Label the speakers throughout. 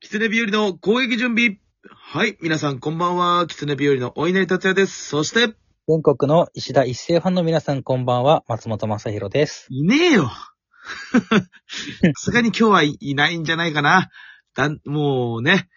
Speaker 1: キツネ日和の攻撃準備。はい、皆さんこんばんは。キツネ日和のお稲荷達也です。そして、
Speaker 2: 全国の石田一世ファンの皆さんこんばんは、松本正宏です。
Speaker 1: いねえよ。さすがに今日はいいないんじゃないかな。だん、もうね、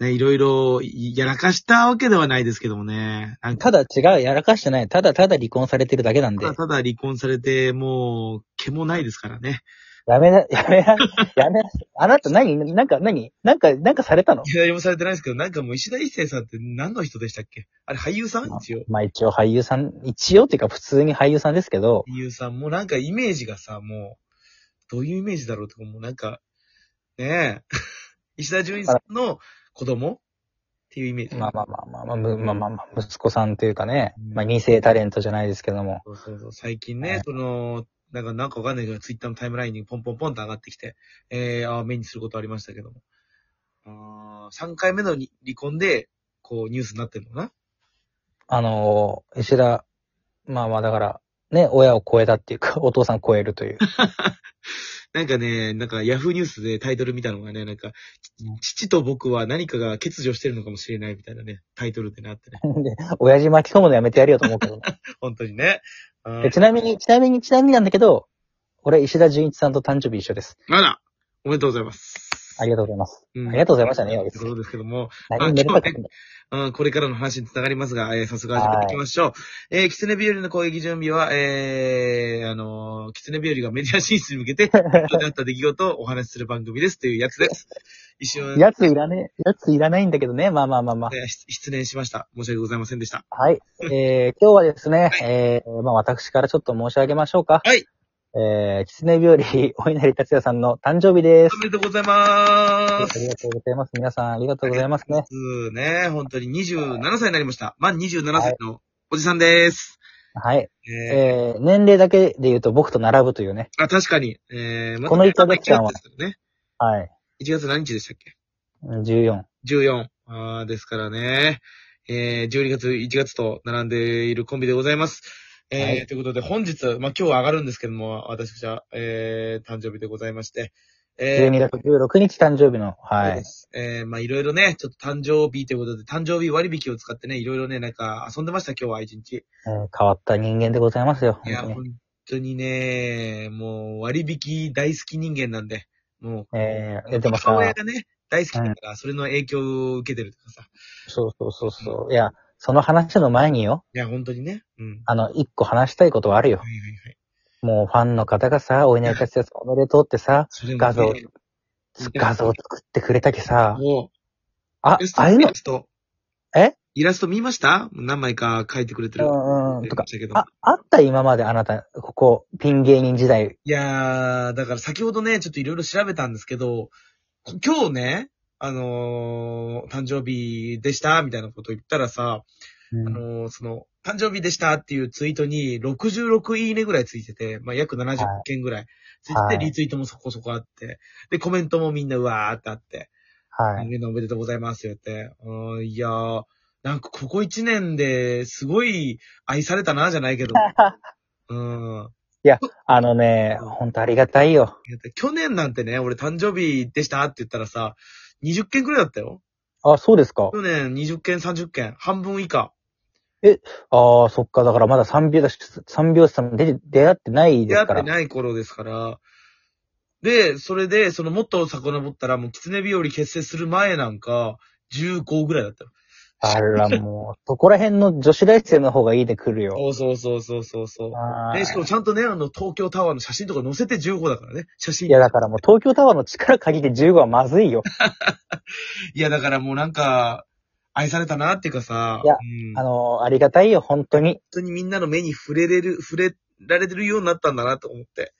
Speaker 1: ね、いろいろやらかしたわけではないですけどもね。なんか、
Speaker 2: ただ違う、やらかしてない、ただただ離婚されてるだけなん
Speaker 1: た
Speaker 2: で
Speaker 1: だ、ただ離婚されて、もう、毛もないですからね。
Speaker 2: やめな、やめな、やめな、あなた何なんか何なんか、なんかされたの
Speaker 1: いや何もされてないですけど、なんかもう石田一生さんって何の人でしたっけあれ俳優さん一応。
Speaker 2: まあ一応俳優さん、一応っていうか普通に俳優さんですけど、
Speaker 1: 俳優さんもなんかイメージがさ、もう、どういうイメージだろうとか、もうなんか、ねえ、 石田純一さんの子供っていうイメージ。
Speaker 2: まあまあまあまあまあ、むまあまあまあ、息子さんというかね、まあ二世タレントじゃないですけども、
Speaker 1: そうそうそう、最近ね、
Speaker 2: はい
Speaker 1: その、なんか、なんかわかんないけど、ツイッターのタイムラインにポンポンポンと上がってきて、えー、あー目にすることありましたけども。あ3回目のに離婚で、こう、ニュースになってるのかな
Speaker 2: あのー、石田、まあまあだから、ね、親を超えたっていうか、お父さんを超えるという。
Speaker 1: なんかね、なんかヤフーニュースでタイトル見たのがね、なんか、父と僕は何かが欠如してるのかもしれないみたいなね、タイトルでなってね。
Speaker 2: で、親父巻き込むのやめてやるよと思うけどね。
Speaker 1: 本当にね。あ
Speaker 2: えちなみに、ちなみに、ちなみになんだけど、俺、石田純一さんと誕生日一緒です。
Speaker 1: あら、おめでとうございます。
Speaker 2: ありがとうございます。
Speaker 1: うん
Speaker 2: ありがとうございましたね、
Speaker 1: とい
Speaker 2: 岩
Speaker 1: う
Speaker 2: 井
Speaker 1: こ
Speaker 2: さん
Speaker 1: とですけども、
Speaker 2: 何めでたかったんだ
Speaker 1: うん、これからの話につながりますが、えー、早速始めていきましょう。えー、キツネ日和の攻撃準備は、えー、あのー、キツネ日和がメディア進出に向け て、あった出来事をお話しする番組ですというやつです。一瞬、
Speaker 2: やついらねえ、やついらないんだけどね。まあまあまあまあ。
Speaker 1: えー失失念しました。申し訳ございませんでした。
Speaker 2: はい。えー、今日はですね、えー、まあ私からちょっと申し上げましょうか。
Speaker 1: はい。
Speaker 2: えー、狐日和、お稲荷達也さんの誕生日です
Speaker 1: お。めでとうございま
Speaker 2: あ
Speaker 1: す。
Speaker 2: りがとうございます。皆さん、ありがとうございますね。
Speaker 1: うーね、本当に27歳になりました。満27歳のおじさんです。
Speaker 2: はい。
Speaker 1: えー
Speaker 2: えー、年齢だけで言うと僕と並ぶというね。
Speaker 1: あ、確かに。えー、ま
Speaker 2: この1ヶ月間は
Speaker 1: 1月ですからね。
Speaker 2: はい。
Speaker 1: 1月何日でしたっけ
Speaker 2: 14。
Speaker 1: ?14。あーですからね。えー、12月、1月と並んでいるコンビでございます。えー
Speaker 2: はい
Speaker 1: ということで本日、まあ、今日は上がるんですけども、私は、えー、誕生日でございまして。えー
Speaker 2: 12月16日誕生日の、は
Speaker 1: そう
Speaker 2: い
Speaker 1: で。すえー、まあ、いろいろね、ちょっと誕生日ということで、誕生日割引を使ってね、いろいろね、なんか遊んでました、今日は一日。
Speaker 2: えー変わった人間でございますよ。
Speaker 1: いや、
Speaker 2: 本当
Speaker 1: 本
Speaker 2: に
Speaker 1: 当にね、もう割引大好き人間なんで、もう
Speaker 2: えー、でも
Speaker 1: 母親が
Speaker 2: さ、
Speaker 1: ね、大好きだから、それの影響を受けてるとかさ。
Speaker 2: そうそうそうそう。いや、その話の前によ、
Speaker 1: いや、本当にね。うん。
Speaker 2: あの、一個話したいことはあるよ
Speaker 1: は。いはいはい。
Speaker 2: もうファンの方がさ、お稲荷達也さんおめでとうってさ、
Speaker 1: それ
Speaker 2: 画像
Speaker 1: ね、
Speaker 2: 画像作ってくれたけさ、
Speaker 1: も
Speaker 2: あ
Speaker 1: う、イラス、ト
Speaker 2: ああいう
Speaker 1: イ
Speaker 2: の
Speaker 1: ラ、スト。
Speaker 2: え
Speaker 1: イラスト見ました何枚か書いてくれて
Speaker 2: う
Speaker 1: る。
Speaker 2: んうん、
Speaker 1: 出て
Speaker 2: と
Speaker 1: ま
Speaker 2: か
Speaker 1: し、たけど
Speaker 2: あ、あった今まであなた、ここ、ピン芸人時代。
Speaker 1: いやー、だから先ほどね、ちょっといろいろ調べたんですけど、こ今日ね、あのー、誕生日でした、みたいなこと言ったらさ、あのー、その、誕生日でしたっていうツイートに66いいねぐらいついてて、まあ、約70件ぐらいついてて、
Speaker 2: はい
Speaker 1: リツイートもそこそこあって、で、コメントもみんなうわーってあって、
Speaker 2: は
Speaker 1: あ
Speaker 2: い。
Speaker 1: みんなおめでとうございますよって、うんいやー、なんかここ1年ですごい愛されたな、じゃないけ ど、うん。
Speaker 2: あのね、ほんとありがたいよ。
Speaker 1: だって去年なんてね、俺誕生日でしたって言ったらさ、20件くらいだったよ。
Speaker 2: あ、そうですか。
Speaker 1: 去年20件、30件、半分以下。
Speaker 2: ああ、そっか。だからまだ三拍子、三拍子さん出て出会ってない
Speaker 1: 出
Speaker 2: で
Speaker 1: 会
Speaker 2: す
Speaker 1: っ
Speaker 2: から
Speaker 1: て。ない頃ですから。で、それで、そのもっと遡ったら、もう、狐日和結成する前なんか、15ぐらいだったよ。
Speaker 2: あら、もう、そこら辺の女子大生の方がいいで来るよ。
Speaker 1: そうそうそうそうそうそう。
Speaker 2: あー
Speaker 1: ね、しかもちゃんとね、あの、東京タワーの写真とか載せて15だからね。写真。
Speaker 2: いや、だからもう東京タワーの力借りて15はまずいよ。
Speaker 1: いやだからもうなんか、愛されたなっていうかさ、
Speaker 2: いや
Speaker 1: うん
Speaker 2: あのー、ありがたいよ、本当に。
Speaker 1: 本当にみんなの目に触れれる、触れられてるようになったんだなと思って。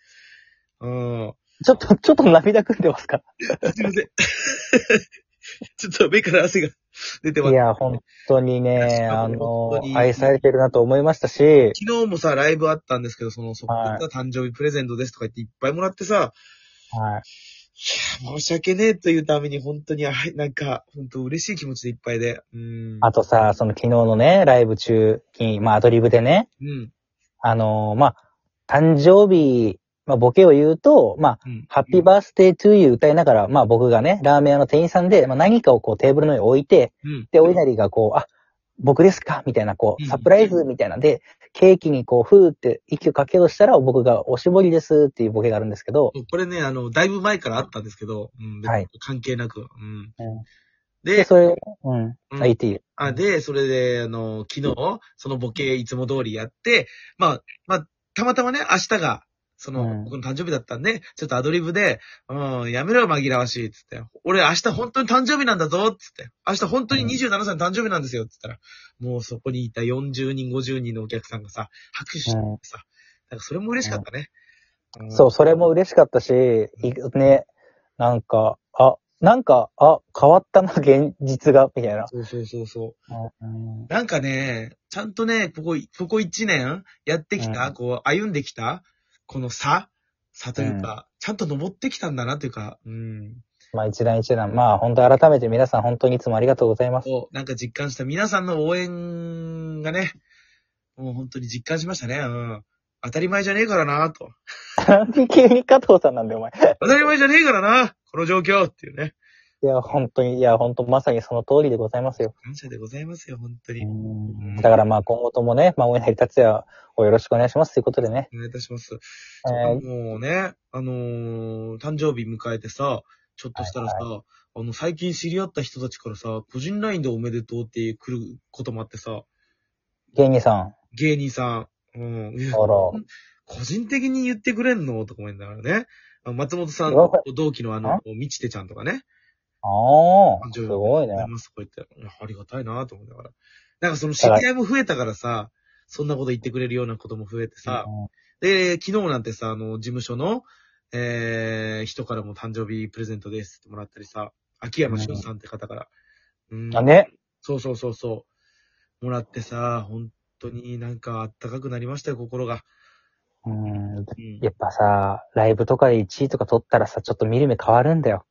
Speaker 1: うん。
Speaker 2: ちょっと、ちょっと涙ぐんでますか
Speaker 1: すいません。 ちょっと目から汗が出てま
Speaker 2: い
Speaker 1: す。
Speaker 2: や、本当に
Speaker 1: 確か
Speaker 2: ね、
Speaker 1: に
Speaker 2: あ
Speaker 1: 本
Speaker 2: の
Speaker 1: 当に
Speaker 2: ー、愛されてるなと思いましたし、
Speaker 1: 昨日もさ、ライブあったんですけど、その、そこから誕生日プレゼントですとか言っていっぱいもらってさ、
Speaker 2: はい。
Speaker 1: 申し訳ねえというために本当に、あなんか、本当嬉しい気持ちでいっぱいで。うん。
Speaker 2: あとさ、その昨日のね、ライブ中に、まあアドリブでね、
Speaker 1: うん。
Speaker 2: あのー、まあ、誕生日、まあ、ボケを言うと、まあ、
Speaker 1: うん
Speaker 2: ハッピーバースデートゥーユー歌いながら、まあ僕がね、ラーメン屋の店員さんで、まあ何かをこうテーブルの上に置いて、
Speaker 1: うん。
Speaker 2: で、お稲荷がこう、あ、僕ですかみたいな、こう、
Speaker 1: うん
Speaker 2: サプライズみたいな。で、ケーキにこう、ふーって息をかけようとしたら、僕がおしぼりですっていうボケがあるんですけど、
Speaker 1: これね、あの、だいぶ前からあったんですけど、うん、別に
Speaker 2: はい
Speaker 1: 関係なく。うん。
Speaker 2: うんで、
Speaker 1: で、
Speaker 2: それ、うん、
Speaker 1: うん
Speaker 2: あ、言っていいよ。
Speaker 1: あで、それで、あの、昨日、そのボケいつも通りやって、まあ、まあ、たまたまね、明日が、その、
Speaker 2: うん
Speaker 1: 僕の誕生日だったんで、ちょっとアドリブで、うん、やめろよ、紛らわしい、つって。俺、明日本当に誕生日なんだぞ、つって。明日本当に27歳の誕生日なんですよ、つったら、もうそこにいた40人、50人のお客さんがさ、拍手してさ、
Speaker 2: うん
Speaker 1: なんかそれも嬉しかったね。ん
Speaker 2: そう、それも嬉しかったし、いね、なんか、あ、なんか、あ、変わったな、現実が、みたいな。
Speaker 1: そうそうそうそう。
Speaker 2: うん
Speaker 1: なんかね、ちゃんとね、ここ、ここ一年やってきた、
Speaker 2: うん
Speaker 1: こう、歩んできた、この差差というか、ちゃんと登ってきたんだなというか、うん。
Speaker 2: まあ一段一段、まあ本当改めて皆さん本当にいつもありがとうございます。
Speaker 1: こう、なんか実感した。皆さんの応援がね、もう本当に実感しましたね。うん。当たり前じゃねえからなと。
Speaker 2: なんで 急に加藤さんなんだよ、お前。
Speaker 1: 当たり前じゃねえからなこの状況っていうね。
Speaker 2: いや、本当に、いや、本当まさにその通りでございますよ。
Speaker 1: 感謝でございますよ、本当に。ん
Speaker 2: だからまあ今後ともね、まあ、お稲荷達也をよろしくお願いしますということでね。
Speaker 1: お願いいたします。
Speaker 2: えー
Speaker 1: もうね、あのー誕生日迎えてさ、ちょっとしたらさ、あの、最近知り合った人たちからさ、個人 LINE でおめでとうって来ることもあってさ、
Speaker 2: 芸人さん、
Speaker 1: 芸人さん、うん、いや
Speaker 2: あら
Speaker 1: 個人的に言ってくれんのとか思いながらね。あ松本さん
Speaker 2: うわ
Speaker 1: と同期のあの
Speaker 2: あ、
Speaker 1: みちてちゃんとかね。
Speaker 2: ああ、
Speaker 1: 誕生日
Speaker 2: すごいね
Speaker 1: おめでとうござ。いますとか言っていやありがたいなと思いながら。なんかその知り合いも増えたからさ、そんなこと言ってくれるようなことも増えてさ、で、昨日なんてさ、あの、事務所の、えー、人からも誕生日プレゼントですってもらったりさ、秋山俊さんって方から。うん
Speaker 2: うんあ、ね、
Speaker 1: そうそうそうそう。もらってさ、本当になんかあったかくなりましたよ、心が。
Speaker 2: うん、
Speaker 1: うん。
Speaker 2: やっぱさ、ライブとかで1位とか取ったらさ、ちょっと見る目変わるんだよ。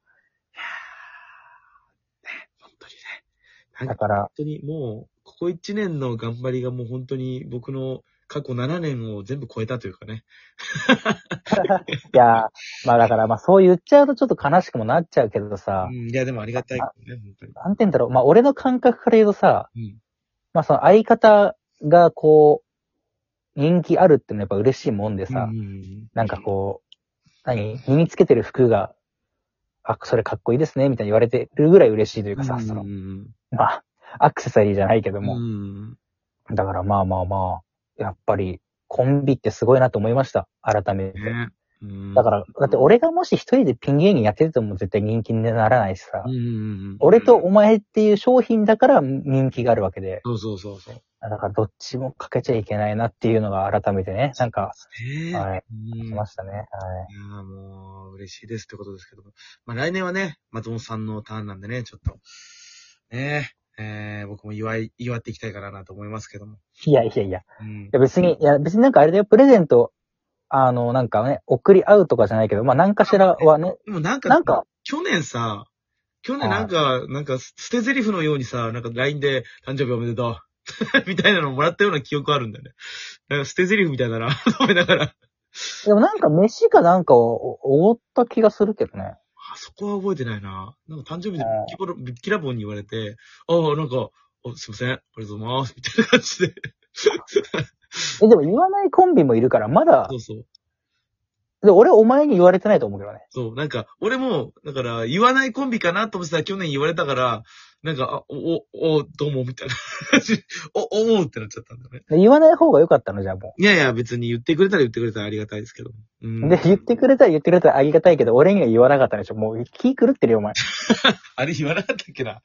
Speaker 1: 本当にね。なん
Speaker 2: だ
Speaker 1: か
Speaker 2: から、
Speaker 1: 本当にもう、ここ1年の頑張りがもう本当に僕の過去7年を全部超えたというかね。
Speaker 2: いや、まあだからまあそう言っちゃうとちょっと悲しくもなっちゃうけどさ
Speaker 1: う、ん、いや、でもありがたいけどね、本当に。
Speaker 2: なんて言うんだろう、まあ俺の感覚から言うとさ、
Speaker 1: うん。
Speaker 2: まあその相方がこう、人気あるってのはやっぱ嬉しいもんでさ、
Speaker 1: うんうんうん
Speaker 2: なんかこう、何身につけてる服が、あ、それかっこいいですね、みたいに言われてるぐらい嬉しいというかさ、その
Speaker 1: うん、うん
Speaker 2: まあ、アクセサリーじゃないけど
Speaker 1: うん。
Speaker 2: も、
Speaker 1: うん。
Speaker 2: だからまあまあまあ、やっぱり、コンビってすごいなと思いました。改めて。
Speaker 1: ね。うん
Speaker 2: だから、だって俺がもし一人でピン芸人やってても絶対人気にならないしさ
Speaker 1: う、んうんうんうん、
Speaker 2: 俺とお前っていう商品だから人気があるわけで、
Speaker 1: そうそうそうそう。
Speaker 2: だからどっちもかけちゃいけないなっていうのが改めてね、なんか、
Speaker 1: ねえ。
Speaker 2: はい、
Speaker 1: うん、い
Speaker 2: し
Speaker 1: や
Speaker 2: ましたね。はい。
Speaker 1: ーもう、嬉しいですってことですけども。まあ来年はね、松本さんのターンなんでね、ちょっと、ねえ、えー僕も祝い、祝っていきたいかなと思いますけども。
Speaker 2: いやいやいや。
Speaker 1: うん
Speaker 2: い。や別に、いや別になんかあれだよ、プレゼント、あの、なんかね、送り合うとかじゃないけど、まあ何かしらはね、
Speaker 1: でもなんか、
Speaker 2: なんか、
Speaker 1: 去年さ、去年なんか、なんか、捨て台詞のようにさ、なんか LINE で、誕生日おめでとう。み たいなのもらったような記憶あるんだよね。なんか捨て台詞みたいだな、思いながら。
Speaker 2: でもなんか飯かなんかをおおごった気がするけどね。
Speaker 1: あそこは覚えてないな。なんか誕生日で
Speaker 2: うん
Speaker 1: ビッキボロビッキラボンに言われて、ああ、なんか、あすいません、ありがとうございます、みたいな感じ で。
Speaker 2: え、でも言わないコンビもいるから、まだ
Speaker 1: そ、うそう。
Speaker 2: で俺お前に言われてないと思うけどね。
Speaker 1: そう、なんか、俺も、だから、言わないコンビかなと思ってたら去年言われたから、なんか、あ、お、お、おどうも、みたいな 感じ。お、おうってなっちゃったんだよね。
Speaker 2: で言わない方が良かったの、じゃあも
Speaker 1: いやいや、別に言ってくれたら言ってくれたらありがたいですけど。う
Speaker 2: う。
Speaker 1: ん。
Speaker 2: で、言ってくれたら言ってくれたらありがたいけど、俺には言わなかったでしょ。もう気狂ってるよ、お前。
Speaker 1: あれ言わなかったっけな。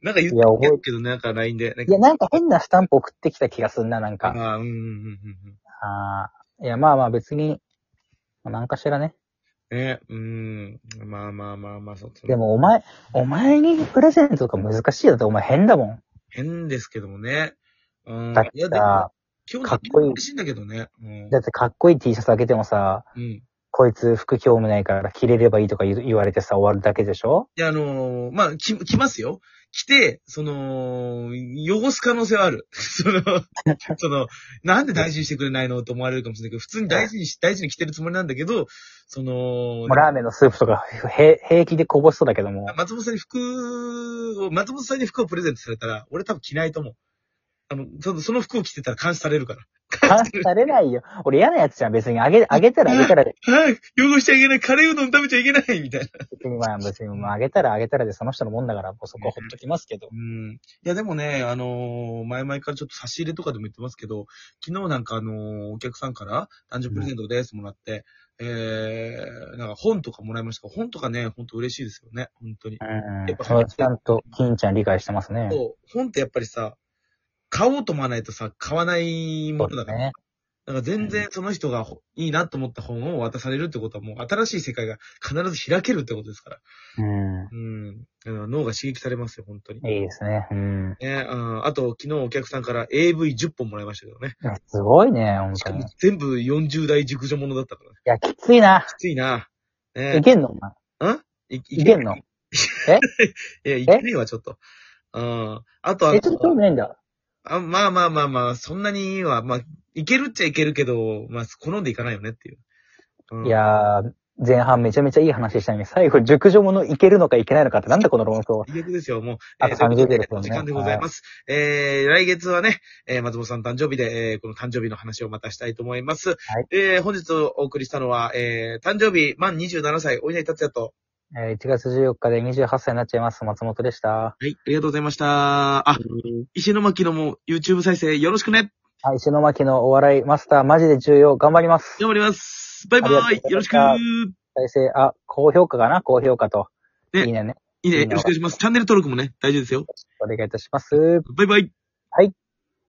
Speaker 1: なんか言っ
Speaker 2: いや覚
Speaker 1: て
Speaker 2: え
Speaker 1: るけどね、なんか LINE で。なん
Speaker 2: い
Speaker 1: か
Speaker 2: や、なんか変なスタンプ送ってきた気がすんな、なんか。
Speaker 1: ああ、うんうんうんうんうん。
Speaker 2: ああ。いや、まあまあ別に、何かしらね。
Speaker 1: ね、うん。まあまあまあまあ、そう。
Speaker 2: でもお前、お前にプレゼントとか難しいよ。だってお前変だもん。
Speaker 1: 変ですけどもね。うん。
Speaker 2: だって
Speaker 1: いや、でも
Speaker 2: さ、、
Speaker 1: 今日
Speaker 2: かっこいい
Speaker 1: 嬉しいんだけどね。うん。
Speaker 2: だってかっこいい T シャツあげてもさ、
Speaker 1: うん。い
Speaker 2: こいつ服興味ないから着れればいいとか言う言われてさ、終わるだけでしょ
Speaker 1: や、あのーまあ、き、来ますよ。来て、その、汚す可能性はある。 そ の、その、なんで大事にしてくれないのと思われるかもしれないけど、普通に大事にし、大事に着てるつもりなんだけど、その
Speaker 2: もう、ラーメンのスープとか、へ平気でこぼしそうだけど も。
Speaker 1: 松本さんに服を、松本さんに服をプレゼントされたら、俺多分着ないと思う。あの、そのその服を着てたら監視されるから。
Speaker 2: 感謝されないよ。俺嫌なやつじゃん。別にあげ、あげたらあげたらで、
Speaker 1: はい、汚しちゃいけない、カレーうどん食べちゃいけない、みたいな。
Speaker 2: 別にまあ別に、まああげたらあげたらでその人のもんだから、もうそこはほっときますけど。
Speaker 1: うん。いや、でもね、あのー前々からちょっと差し入れとかでも言ってますけど、昨日なんかあのーお客さんから、誕生日プレゼントですもらって、えー、なんか本とかもらいましたから本とかね、本当嬉しいですよね、本当に。
Speaker 2: うん。それはちゃんと、金ちゃん理解してますね。
Speaker 1: そう本ってやっぱりさ、買おうと思わないとさ、買わないものだ
Speaker 2: で
Speaker 1: か
Speaker 2: す
Speaker 1: ら。
Speaker 2: ね。
Speaker 1: だから全然その人がほいいなと思った本を渡されるってことはもう新しい世界が必ず開けるってことですから。
Speaker 2: う
Speaker 1: うん。だから脳が刺激されますよ、本当に。
Speaker 2: ん。いいですね。うん。
Speaker 1: ね、ああと、昨日お客さんから AV10 本もらいましたけどね。
Speaker 2: すごいね、本
Speaker 1: し
Speaker 2: 当
Speaker 1: か
Speaker 2: に。
Speaker 1: も
Speaker 2: い
Speaker 1: 全部40代熟女ものだったからね。
Speaker 2: や、きついな。
Speaker 1: きついな。ね
Speaker 2: いけんのお前
Speaker 1: いい
Speaker 2: いけんの
Speaker 1: いや、いけねえわ、ちょっと。うん。あとあ
Speaker 2: え、ちょっと興味ないんだ。
Speaker 1: あ、まあまあまあまあ、そんなには、まあ、いけるっちゃいけるけど、まあ、好んでいかないよねっていう。うん
Speaker 2: いやー、前半めちゃめちゃいい話したのに、最後、熟女ものいけるのかいけないのかって、なんだこの論争は。
Speaker 1: 最悪ですよ、もう。
Speaker 2: あと30秒ですよね
Speaker 1: お時間でございます。えー、来月はね、えー、松本さん誕生日で、えー、この誕生日の話をまたしたいと思います。
Speaker 2: い
Speaker 1: えー、本日お送りしたのは、えー、誕生日満27歳、お稲荷達也と。
Speaker 2: えー1月14日で28歳になっちゃいます。松本でした。
Speaker 1: はい、ありがとうございました。あ、石巻のも YouTube 再生よろしくね
Speaker 2: はい、石巻のお笑いマスター、マジで重要。頑張ります。
Speaker 1: 頑張りますバイバ
Speaker 2: あ
Speaker 1: イ
Speaker 2: りがとうございました
Speaker 1: よろしく
Speaker 2: 再生、あ、高評価かな高評価と。
Speaker 1: ね
Speaker 2: いいねね。
Speaker 1: いいね、
Speaker 2: いい
Speaker 1: よ
Speaker 2: な
Speaker 1: ろしくお願いします。チャンネル登録もね、大事ですよ。
Speaker 2: お願いいたします。
Speaker 1: バイバイ
Speaker 2: はい。